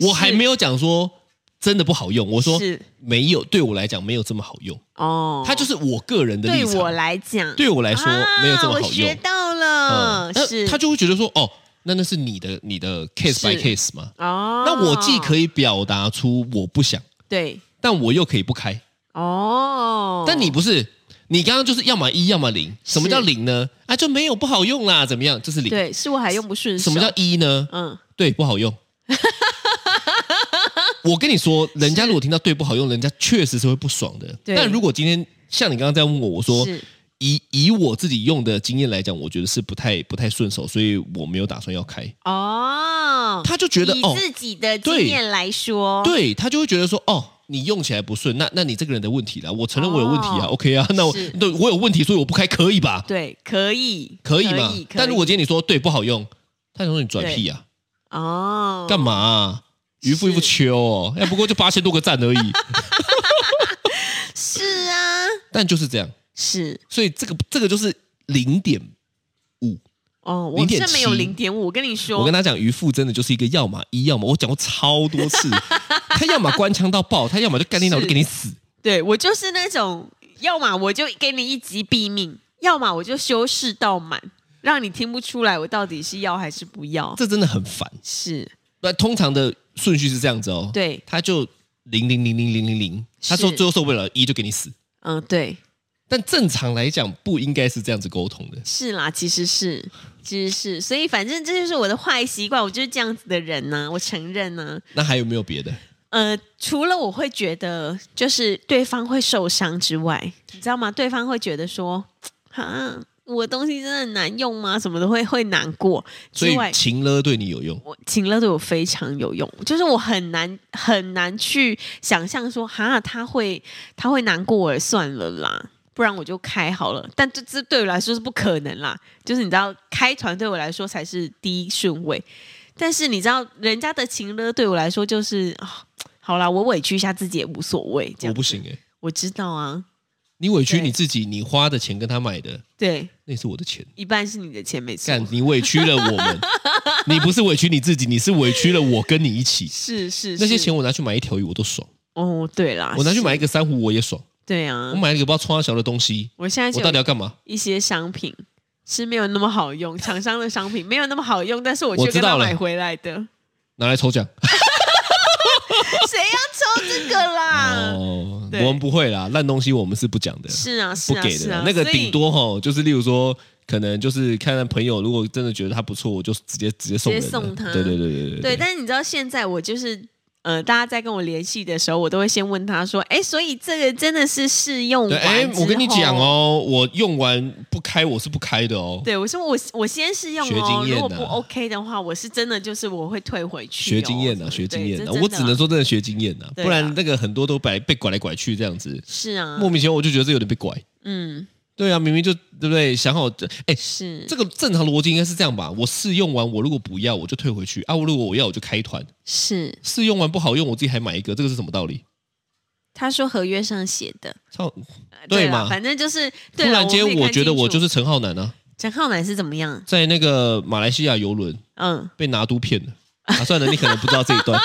Speaker 3: 我还没有讲说真的不好用，我说
Speaker 2: 是
Speaker 3: 没有，对我来讲没有这么好用。
Speaker 2: 哦，
Speaker 3: 它就是我个人的立
Speaker 2: 对
Speaker 3: 场，
Speaker 2: 我来讲，
Speaker 3: 对我来说
Speaker 2: 啊
Speaker 3: 没有这么
Speaker 2: 我
Speaker 3: 好
Speaker 2: 学
Speaker 3: 用。嗯
Speaker 2: 到了，
Speaker 3: 那
Speaker 2: 是
Speaker 3: 他就会觉得说哦，那那是你的你的 case
Speaker 2: 是
Speaker 3: by case 嘛。
Speaker 2: 哦，
Speaker 3: 那我既可
Speaker 2: 以
Speaker 3: 以表达出我不想，
Speaker 2: 对
Speaker 3: 但我又可以不开。
Speaker 2: 哦，
Speaker 3: 但你不是，你刚刚就是要么一，要么零。什么叫零呢？啊，就没有不好用啦，怎么样？就是零。
Speaker 2: 对是我还用不顺手，
Speaker 3: 什么叫一呢？
Speaker 2: 嗯
Speaker 3: 对，
Speaker 2: *laughs*
Speaker 3: 不好用。我跟你说，人家如果听到对不好用，人家确实是会不爽的。
Speaker 2: 对
Speaker 3: 但如果今天像你刚刚在问我，我说
Speaker 2: 是
Speaker 3: 以以我自己用的经验来讲，我觉得是不太不太顺手，所以我没有打算要开。
Speaker 2: 哦，
Speaker 3: 他就觉得
Speaker 2: 以
Speaker 3: 哦，
Speaker 2: 自己哦的经
Speaker 3: 对
Speaker 2: 验来说，
Speaker 3: 对他就会觉得说，哦，你用起来不顺，那那你这个人的问题啦，我承认我有问题啊、
Speaker 2: 哦
Speaker 3: o k 啊， *laughs* 那我
Speaker 2: 是
Speaker 3: 对我有问题，所以我不开可以吧？
Speaker 2: 对可以
Speaker 3: 可以嘛？
Speaker 2: 可
Speaker 3: 但如果今天你说对不好用，他想说你拽屁啊，
Speaker 2: 哦
Speaker 3: 干嘛啊、渔夫一
Speaker 2: 是
Speaker 3: 副
Speaker 2: *laughs*
Speaker 3: 秋哦，哎，不过就八千多个赞而已，但就是这样，
Speaker 2: 啊是
Speaker 3: 所以这个这个就是零点。
Speaker 2: 哦，我是没有
Speaker 3: 0.7
Speaker 2: 零点五，我跟你说，
Speaker 3: 我跟他讲，渔夫真的就是一个要么一，要么我讲过超多
Speaker 2: *laughs*
Speaker 3: 次，他要么官腔到爆，他要么就干你脑
Speaker 2: 是
Speaker 3: 就给你死。
Speaker 2: 对我就是那种，要么我就给你一击毙命，要么我就修饰到满，让你听不出来我到底是要还是不要。
Speaker 3: 这真的很烦。
Speaker 2: 是
Speaker 3: 那通常的顺序是这样子哦，
Speaker 2: 对
Speaker 3: 他就零零零零零零零，他说
Speaker 2: 是
Speaker 3: 最后受不了一就给你死。
Speaker 2: 嗯，对，
Speaker 3: 但正常来讲，不应该是这样子沟通的。
Speaker 2: 是啦，其实是，其实是，所以反正这就是我的坏习惯，我就是这样子的人呢、我承认呢、
Speaker 3: 那还有没有别的？
Speaker 2: 呃，除了我会觉得就是对方会受伤之外，你知道吗？对方会觉得说，啊，我东西真的很难用吗？什么的会会难过
Speaker 3: 所
Speaker 2: 之
Speaker 3: 以
Speaker 2: 外，
Speaker 3: 情勒对你有用，
Speaker 2: 我情乐对我非常有用，就是我很难很难去想象说，哈，他会他会难过而算了啦，不然我就开好了。但这这对我来说是不可能啦，就是你知道，开团对我来说才是第一顺位。但是你知道，人家的情乐对我来说就是啊、好啦，我委屈一下自己也无所谓。这样
Speaker 3: 我不行哎、
Speaker 2: 我知道啊，
Speaker 3: 你委屈
Speaker 2: 对
Speaker 3: 你自己，你花的钱跟他买的，
Speaker 2: 对，
Speaker 3: 那也是我的钱。
Speaker 2: 一半是你的钱没错
Speaker 3: 干，，你委屈了我
Speaker 2: *laughs*
Speaker 3: 们，你不是委屈你自己，你是委屈了我跟你一起。
Speaker 2: 是是
Speaker 3: 那些
Speaker 2: 是
Speaker 3: 钱我拿去买一条鱼我都爽，
Speaker 2: 哦，对啦，
Speaker 3: 我拿去买一
Speaker 2: 是，
Speaker 3: 个珊瑚我也爽，
Speaker 2: 对啊
Speaker 3: 我，买了一个不知道冲小的东西，
Speaker 2: 我现在就
Speaker 3: 我到底要干嘛？
Speaker 2: 一些商品是没有那么好用，厂商的商品没有那么好用，但是我
Speaker 3: 我
Speaker 2: 却
Speaker 3: 知
Speaker 2: 跟
Speaker 3: 道
Speaker 2: 他
Speaker 3: 了
Speaker 2: 买回来的，
Speaker 3: 拿来抽奖。
Speaker 2: 谁要抽这个啦？
Speaker 3: *laughs* 哦，
Speaker 2: 啊对
Speaker 3: 我们不会啦，烂东西我们是不讲的，
Speaker 2: 是啊，是
Speaker 3: 不
Speaker 2: 啊，
Speaker 3: 给
Speaker 2: 是
Speaker 3: 的啦
Speaker 2: 啊，。
Speaker 3: 那个
Speaker 2: 所以
Speaker 3: 顶多哈，就是例如说，可能就是看看朋友，如果真的觉得他不错，我就直接直接送人了
Speaker 2: 直接送他
Speaker 3: 对对对对对
Speaker 2: 对。但是你知道现在我就是。呃，大家在跟我联系的时候，我都会先问他说：“哎，所以这个真的是试用
Speaker 3: 对，
Speaker 2: 完
Speaker 3: 哎，
Speaker 2: 之
Speaker 3: 我跟你
Speaker 2: 后
Speaker 3: 讲，哦，我用完不开，我是不开的哦。
Speaker 2: 对我说我我先试用
Speaker 3: 学
Speaker 2: 哦
Speaker 3: 经，验
Speaker 2: 如果
Speaker 3: 啊
Speaker 2: 不 OK 的话，我是真的就是我会退回去、
Speaker 3: 学经验
Speaker 2: 呐、
Speaker 3: 呐，学经
Speaker 2: 哦对
Speaker 3: 验
Speaker 2: 这
Speaker 3: 呐，
Speaker 2: 真的啊
Speaker 3: 我只能说真的学经验呐，
Speaker 2: 对
Speaker 3: 不然
Speaker 2: 啊
Speaker 3: 那个很多都被被拐来拐去这样子，
Speaker 2: 是啊，
Speaker 3: 莫名其妙我就觉得这有点被拐。
Speaker 2: 嗯
Speaker 3: 对啊，明明就对不对？想好这，哎，
Speaker 2: 是
Speaker 3: 这个正常逻辑应该是这样吧？我试用完，我如果不要，我就退回去啊；我如果我要，我就开团。
Speaker 2: 是，
Speaker 3: 试用完不好用，我自己还买一个，这个是什么道理？
Speaker 2: 他说合约上写的，
Speaker 3: 操！
Speaker 2: 呃
Speaker 3: 对
Speaker 2: 啦
Speaker 3: 嘛
Speaker 2: 反正就是
Speaker 3: 突
Speaker 2: 对啦啊
Speaker 3: 然间，
Speaker 2: 我们也
Speaker 3: 我
Speaker 2: 看
Speaker 3: 觉得
Speaker 2: 清
Speaker 3: 我
Speaker 2: 楚
Speaker 3: 就是陈浩南啊，
Speaker 2: 陈浩南是怎么样？
Speaker 3: 在那个马来西亚游轮
Speaker 2: 嗯，
Speaker 3: 被拿督骗了。啊，算了，你可能不知道这一
Speaker 2: *laughs*
Speaker 3: 段，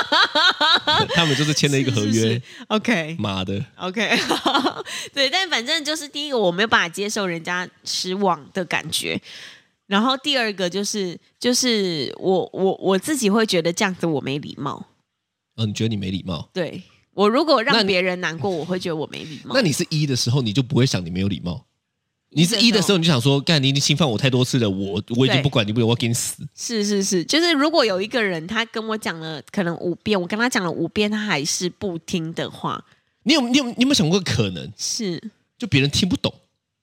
Speaker 3: 他们就是签了一个合约。
Speaker 2: 是是是 OK
Speaker 3: 妈的，
Speaker 2: OK，对，但反正就是第一个，我没有办法接受人家失望的感觉。然后第二个就是，就是我我我自己会觉得这样子我没礼貌。
Speaker 3: 嗯、你觉得你没礼貌？
Speaker 2: 对我如果
Speaker 3: 那
Speaker 2: 让
Speaker 3: 你
Speaker 2: 别人难过，我会觉得我没礼貌。
Speaker 3: 那你是一的时候，你就不会想你没有礼貌。你是一
Speaker 2: 一的时候
Speaker 3: 的时候，你就想说，干，你已经侵犯我太多次了，我我已经
Speaker 2: 对
Speaker 3: 不管你不了，我要给你死。
Speaker 2: 是是是，就是如果有一个人他跟我讲了可能五遍，我跟他讲了五遍，他还是不听的话，
Speaker 3: 你有你有你有没有想过可能，
Speaker 2: 是
Speaker 3: 就别人听不懂，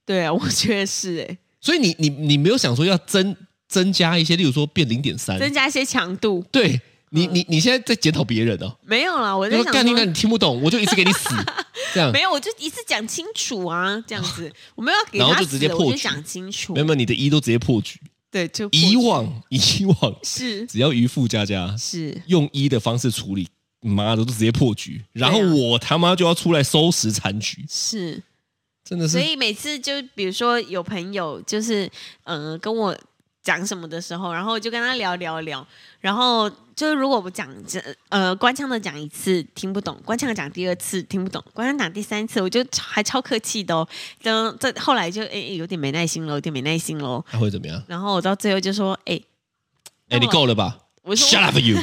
Speaker 2: 对啊，我觉得是哎、
Speaker 3: 所以你你你没有想说要增增加一些，例如说变零点三，
Speaker 2: 增加一些强度。
Speaker 3: 对你你你现在在检讨别人哦，
Speaker 2: 没有啦，我
Speaker 3: 我
Speaker 2: 在
Speaker 3: 说
Speaker 2: 想
Speaker 3: 干你那
Speaker 2: 说
Speaker 3: 你，听不懂，我就一次给你
Speaker 2: *laughs*
Speaker 3: 死，这样
Speaker 2: 没有，我就一次讲清楚啊，这样
Speaker 3: *laughs*
Speaker 2: 子，我没有要给
Speaker 3: 然后
Speaker 2: 他
Speaker 3: 就
Speaker 2: 死
Speaker 3: 直接破
Speaker 2: 我就
Speaker 3: 局
Speaker 2: 讲清楚
Speaker 3: 没，有没有，你的一都直接破局。
Speaker 2: 对，就破
Speaker 3: 以
Speaker 2: 局
Speaker 3: 往以往，
Speaker 2: 是
Speaker 3: 只要渔夫家家
Speaker 2: 是，
Speaker 3: 用一的方式处理，妈的都直接破局，然后
Speaker 2: 对啊
Speaker 3: 我他妈就要出来收拾残局，
Speaker 2: 是，
Speaker 3: 真的
Speaker 2: 所
Speaker 3: 是
Speaker 2: 以每次就比如说有朋友就是嗯、呃跟我讲什么的时候，然后我就跟他聊聊聊，然后就是如果我讲这呃官腔的讲一次听不懂，官腔的讲第二次听不懂，官腔讲第三次，我就超还超客气的哦，等这后来就哎、哎有点没耐心了，有点没耐心喽，
Speaker 3: 还会怎么样？
Speaker 2: 然后我到最后就说哎、
Speaker 3: 哎，
Speaker 2: 那
Speaker 3: 你
Speaker 2: 我
Speaker 3: 够了吧
Speaker 2: 我说
Speaker 3: ？Shut up
Speaker 2: *laughs*
Speaker 3: you！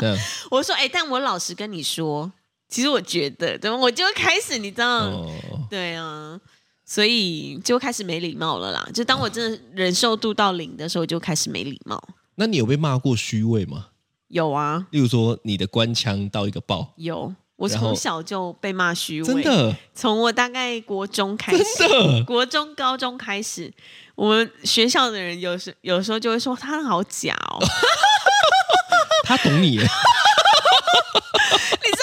Speaker 3: 这样
Speaker 2: 我说，哎、但我老实跟你说，其实我觉得，对吗？我就开始，你知道，
Speaker 3: 哦，
Speaker 2: 对啊，所以就开始没礼貌了啦。就当我真的忍受度到零的时候，我就开始没礼貌。
Speaker 3: 那你有被骂过虚伪吗？
Speaker 2: 有啊，
Speaker 3: 例如说你的官腔到一个爆，
Speaker 2: 有。我
Speaker 3: 然后
Speaker 2: 从小就被骂虚伪，
Speaker 3: 真，的
Speaker 2: 从我大概国中开
Speaker 3: 真
Speaker 2: 始，
Speaker 3: 的，
Speaker 2: 国中、高中开始，我们学校的人有时有时候就会说他好假哦。
Speaker 3: 他懂你 *laughs* 耶。
Speaker 2: 你知道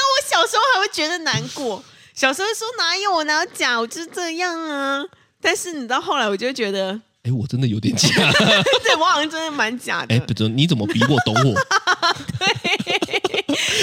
Speaker 2: 我小时候还会觉得难过，小时候说哪有我哪有假，我就是这样啊。但是你知道后来我就会觉得，
Speaker 3: 哎，我真的
Speaker 2: *laughs*
Speaker 3: 有点假。
Speaker 2: 对我好像真的蛮假的。
Speaker 3: 哎，不准，你怎么比我懂
Speaker 2: *laughs*
Speaker 3: 我？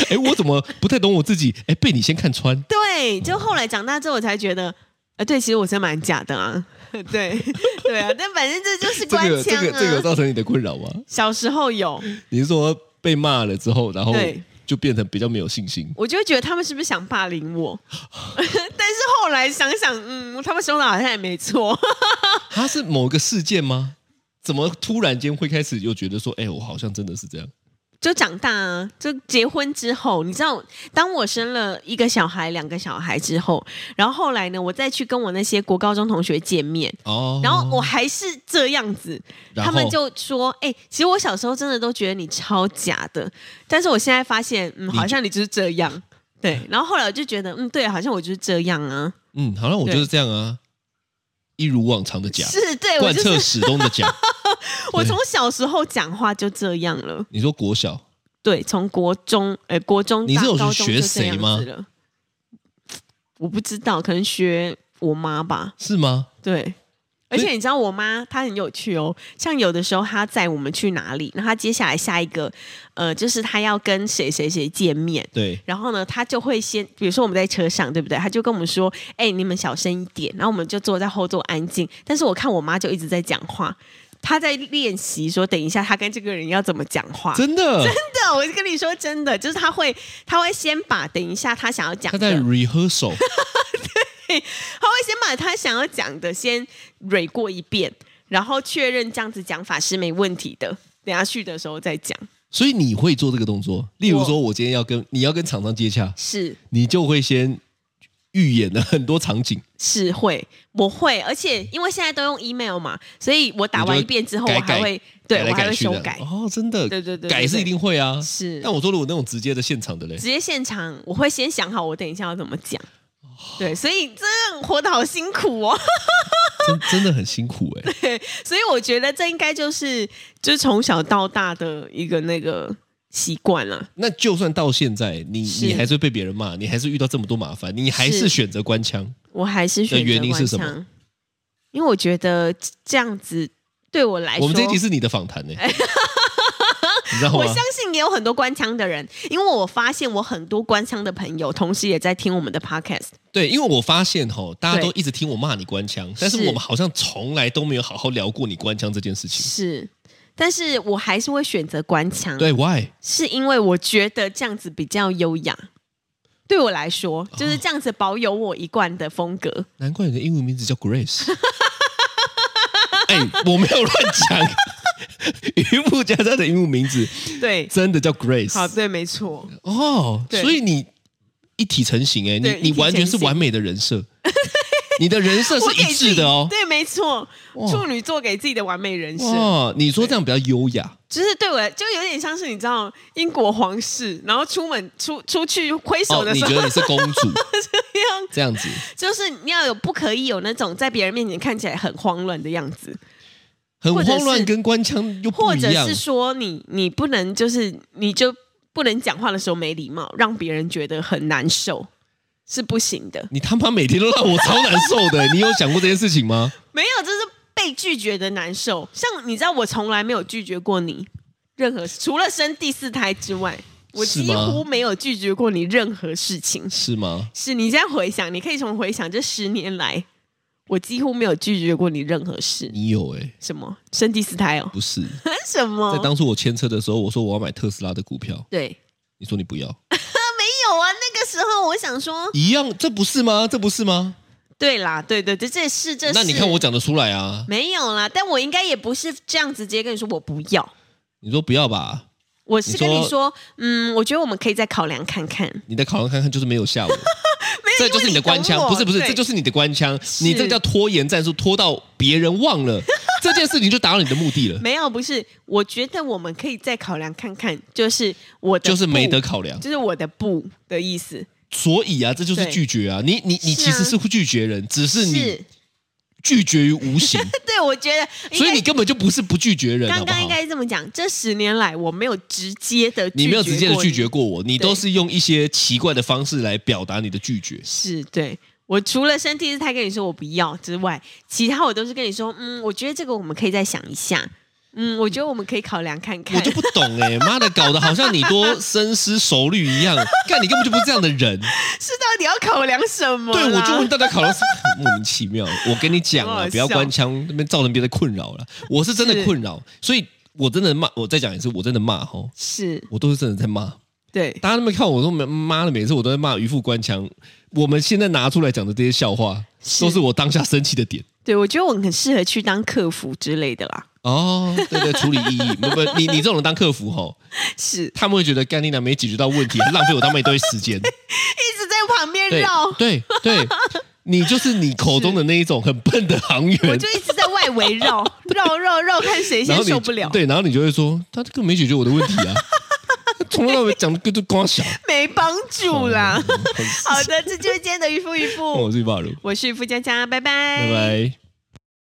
Speaker 3: 哎，我怎么不太懂我自己？哎，被你先看穿。
Speaker 2: 对对，就后来长大之后，我才觉得，呃，对，其实我是蛮假的啊， *laughs* 对，对啊，但反正这就是
Speaker 3: 这
Speaker 2: 官
Speaker 3: 个
Speaker 2: 腔
Speaker 3: 这
Speaker 2: 啊。
Speaker 3: 个这个有造成你的困扰吗？
Speaker 2: 小时候有，
Speaker 3: 你是说被骂了之后，然后
Speaker 2: 对
Speaker 3: 就变成比较没有信心？
Speaker 2: 我就会觉得他们是不是想霸凌
Speaker 3: *laughs*
Speaker 2: 我？ *laughs* 但是后来想想，嗯，他们说的好像也没错。
Speaker 3: 他是某个事件吗？怎么突然间会开始又觉得说，哎、我好像真的是这样？
Speaker 2: 就长大啊，就结婚之后，你知道，当我生了一个小孩、两个小孩之后，然后后来呢，我再去跟我那些国高中同学见面，
Speaker 3: 哦，
Speaker 2: 然后我还是这样子，
Speaker 3: 嗯然
Speaker 2: 他
Speaker 3: 后
Speaker 2: 们就说：“哎、其实我小时候真的都觉得你超假的，但是我现在发现，嗯，
Speaker 3: 就
Speaker 2: 好像你就是这样。”对，然后后来我就觉得，嗯，对，好像我就是这样啊，
Speaker 3: 嗯，好像我就是这样啊，一如往常的讲，
Speaker 2: 是对哎我
Speaker 3: 贯
Speaker 2: 就是
Speaker 3: 彻始终的
Speaker 2: *laughs*
Speaker 3: 讲。
Speaker 2: 我从小时候讲话就这样了，
Speaker 3: 你说国小
Speaker 2: 对，从国中，呃，国中
Speaker 3: 你是有
Speaker 2: 大高
Speaker 3: 去
Speaker 2: 中
Speaker 3: 学
Speaker 2: 就这样
Speaker 3: 谁吗
Speaker 2: 子了我不知道，可能学我妈吧，
Speaker 3: 是吗？
Speaker 2: 对。而且你知道我妈她很有趣哦，像有的时候她载我们去哪里，那她接下来下一个，呃，就是她要跟谁谁谁见面，
Speaker 3: 对，
Speaker 2: 然后呢，他就会先，比如说我们在车上，对不对？他就跟我们说：“哎、你们小声一点。”然后我们就坐在后座安静。但是我看我妈就一直在讲话，她在练习说，等一下她跟这个人要怎么讲话。啊真
Speaker 3: 真的，
Speaker 2: 的，我是跟你说真的，就是她会，她会先把等一下她想要讲
Speaker 3: 他
Speaker 2: 的，
Speaker 3: 在
Speaker 2: 她
Speaker 3: rehearsal，
Speaker 2: 会先把她想要讲的先蕊过一遍，然后确认这样子讲法是没问题的。等一下去的时候再讲，
Speaker 3: 所以你会做这个动作。例如说，我今天要跟你要跟厂商接洽，
Speaker 2: 是
Speaker 3: 你就会先预演了很多场景，
Speaker 2: 是会，我会，而且因为现在都用 email 嘛，所以我打
Speaker 3: 你就
Speaker 2: 完一遍之后，
Speaker 3: 改
Speaker 2: 我还
Speaker 3: 改
Speaker 2: 会对
Speaker 3: 改来
Speaker 2: 我还
Speaker 3: 改
Speaker 2: 会
Speaker 3: 去
Speaker 2: 修
Speaker 3: 的
Speaker 2: 改，
Speaker 3: 哦，真的，
Speaker 2: 对对对对
Speaker 3: 改是一定会啊。
Speaker 2: 是
Speaker 3: 但我说如果那种直接的现场的嘞
Speaker 2: 直，接现场，我会先想好我等一下要怎么讲。
Speaker 3: 哦
Speaker 2: 对，所以真的活得好辛苦哦。
Speaker 3: 真真的很辛苦
Speaker 2: *laughs*
Speaker 3: 哎、
Speaker 2: 所以我觉得这应该就是就是从小到大的一个那个习惯了、
Speaker 3: 那就算到现在，你
Speaker 2: 是
Speaker 3: 你还是会被别人骂，你还是遇到这么多麻烦，你还
Speaker 2: 是
Speaker 3: 是选择官腔。
Speaker 2: 我还是选择
Speaker 3: 原因是
Speaker 2: 关
Speaker 3: 什么
Speaker 2: 枪？因为我觉得这样子对我来说，
Speaker 3: 我们这一集是啊你的访谈
Speaker 2: *laughs*
Speaker 3: 呢、你知道
Speaker 2: 我
Speaker 3: 吗
Speaker 2: 相？信也有很多官腔的人，因为我发现我很多官腔的朋友，同时也在听我们的 podcast。
Speaker 3: 对，因为我发现哈，大家
Speaker 2: 对
Speaker 3: 都一直听我骂你官腔，但是
Speaker 2: 是
Speaker 3: 我们好像从来都没有好好聊过你官腔这件事情。
Speaker 2: 是，但是我还是会选择官腔，
Speaker 3: 对，why？
Speaker 2: 是因为我觉得这样子比较优雅。对我来说，就是
Speaker 3: 哦
Speaker 2: 这样子保有我一贯的风格。
Speaker 3: 难怪你的英文名字叫 Grace。哎、我没有乱讲，渔夫家他的英文名字
Speaker 2: 对，
Speaker 3: 真的叫 Grace。
Speaker 2: 好，对，没错，
Speaker 3: 哦，
Speaker 2: 对
Speaker 3: 所以你一体成型哎、
Speaker 2: 对
Speaker 3: 你
Speaker 2: 一
Speaker 3: 你
Speaker 2: 体
Speaker 3: 完全是
Speaker 2: 成型
Speaker 3: 完美的人设， *laughs* 你的人设
Speaker 2: 我
Speaker 3: 是
Speaker 2: 给
Speaker 3: 一
Speaker 2: 自己
Speaker 3: 致的哦。
Speaker 2: 对，没错，
Speaker 3: 哇
Speaker 2: 处女座给自己的完美人设，
Speaker 3: 哇，你说这样比较优雅，
Speaker 2: 就是对我来就有点像是你知道英国皇室，然后出门出出去挥手
Speaker 3: 哦，
Speaker 2: 的
Speaker 3: 你
Speaker 2: 时 *laughs*
Speaker 3: 觉
Speaker 2: 候
Speaker 3: 得你是公主
Speaker 2: 一样，
Speaker 3: 这样子？
Speaker 2: 就是你要有不可以有那种在别人面前看起来很慌乱的样子。
Speaker 3: 很
Speaker 2: 或者是
Speaker 3: 慌乱，跟官腔又
Speaker 2: *laughs*
Speaker 3: 不
Speaker 2: 或
Speaker 3: 一
Speaker 2: 者
Speaker 3: 样
Speaker 2: 是。说你你不能就是你就不能讲话的时候没礼貌，让别人觉得很难受是不行的。
Speaker 3: 你他妈每天都让我超难受的，你有想过这件事情
Speaker 2: *laughs*
Speaker 3: 吗？
Speaker 2: 没有，这是被拒绝的难受。像你知道，我从来没有拒绝过你任何，除了生第四胎之外，我
Speaker 3: 是
Speaker 2: 几
Speaker 3: 吗
Speaker 2: 乎没有拒绝过你任何事情。
Speaker 3: 是吗？
Speaker 2: 是你现在回想，你可以从回想这十年来，我几乎没有拒绝过你任何事。
Speaker 3: 你有哎、
Speaker 2: 什么生第四胎
Speaker 3: *laughs*
Speaker 2: 哦？
Speaker 3: 不是。
Speaker 2: 什
Speaker 3: 在
Speaker 2: 么？
Speaker 3: 当初我牵车的时候，我说我要买特斯拉的股票，
Speaker 2: 对，
Speaker 3: 你说你不要，
Speaker 2: 没有啊。那个时候我想说，
Speaker 3: 一样，这不是吗？这不是吗？
Speaker 2: 对啦，对对对，这是这是。
Speaker 3: 那你看我讲得出来啊？
Speaker 2: 没有啦，但我应该也不是这样直接跟你说我不要，
Speaker 3: 你说不要吧，
Speaker 2: 我是跟
Speaker 3: 你
Speaker 2: 你
Speaker 3: 说
Speaker 2: 说，嗯，我觉得我们可以再考量看看。
Speaker 3: 你再考量看看，就是没有
Speaker 2: *laughs*
Speaker 3: 吓我，这就是你的官腔，
Speaker 2: 因为
Speaker 3: 不
Speaker 2: 你懂我
Speaker 3: 是不是，
Speaker 2: 对
Speaker 3: 这就是你的官腔，你这个叫拖延战术，拖到别人忘了这件事情，就达到你的目的 *laughs* 了，
Speaker 2: 没有，不是，我觉得我们可以再考量看看，就是我的
Speaker 3: 就是没得
Speaker 2: 不，
Speaker 3: 考量。
Speaker 2: 就是我的不的意思。
Speaker 3: 所以啊，这就是
Speaker 2: 对
Speaker 3: 拒绝啊，你你你
Speaker 2: 是啊
Speaker 3: 其实是会拒绝人，只是你拒绝于无形，
Speaker 2: *laughs* 对，我觉得应该，
Speaker 3: *laughs* 所以你根本就不是不拒绝人，好
Speaker 2: 刚
Speaker 3: 不
Speaker 2: 刚应
Speaker 3: 好？
Speaker 2: 该这么讲，这十年来我没有直接的，
Speaker 3: 你没有直接的拒绝
Speaker 2: 过
Speaker 3: 过我，你
Speaker 2: 对
Speaker 3: 都是用一些奇怪的方式来表达你的拒绝
Speaker 2: 你，。是对。我除了生第四胎跟你说我不要之外，其他我都是跟你说，嗯，我觉得这个我们可以再想一下，嗯，我觉得我们可以考量看看。
Speaker 3: 我就不懂
Speaker 2: *laughs*
Speaker 3: 哎、妈的，搞得好像你多深思熟虑一样，干你根本就不是这样的
Speaker 2: *laughs*
Speaker 3: 人。
Speaker 2: 是到底要考量什么啦？
Speaker 3: 对，我就问大家考了什么，莫名其妙。我跟你讲
Speaker 2: 好
Speaker 3: 啊
Speaker 2: 好，
Speaker 3: 不要
Speaker 2: 笑
Speaker 3: 官腔，那边造成别人困扰了。我是真的
Speaker 2: 是
Speaker 3: 困扰，所以我真的骂，我再讲一次，我真的骂吼，
Speaker 2: 是
Speaker 3: 我都是真的在骂。
Speaker 2: 对，
Speaker 3: 大家那边看我说妈的，每次我都在骂渔夫官腔。我们现在拿出来讲的这些笑话，
Speaker 2: 是
Speaker 3: 都是我当下生气的点。
Speaker 2: 对我觉得我很适合去当客服之类的啦。
Speaker 3: 哦，对对，处理异议，不不，你你这种人当客服吼，
Speaker 2: 是
Speaker 3: 他们会觉得干你娘没解决到问题，还浪费我当妹一堆
Speaker 2: *laughs*
Speaker 3: 时间。
Speaker 2: 一直在旁边
Speaker 3: 对
Speaker 2: 绕，
Speaker 3: 对对，你就是你口中的那一种很笨的
Speaker 2: *laughs*
Speaker 3: 航
Speaker 2: 我
Speaker 3: 员，
Speaker 2: 就一直在外围
Speaker 3: *laughs*
Speaker 2: 绕绕绕绕，看谁
Speaker 3: 然
Speaker 2: 先
Speaker 3: 后你
Speaker 2: 受不了。
Speaker 3: 对，然后你就会说他这个没解决我的问题啊， *laughs* 从头到尾讲的就
Speaker 2: *laughs*
Speaker 3: 光小。
Speaker 2: 没帮助啦。
Speaker 3: 哦
Speaker 2: 好的，这就是今天的渔夫渔
Speaker 3: 我
Speaker 2: 夫， *laughs*
Speaker 3: 是霸如，
Speaker 2: 我是付佳佳，拜拜，
Speaker 3: 拜拜。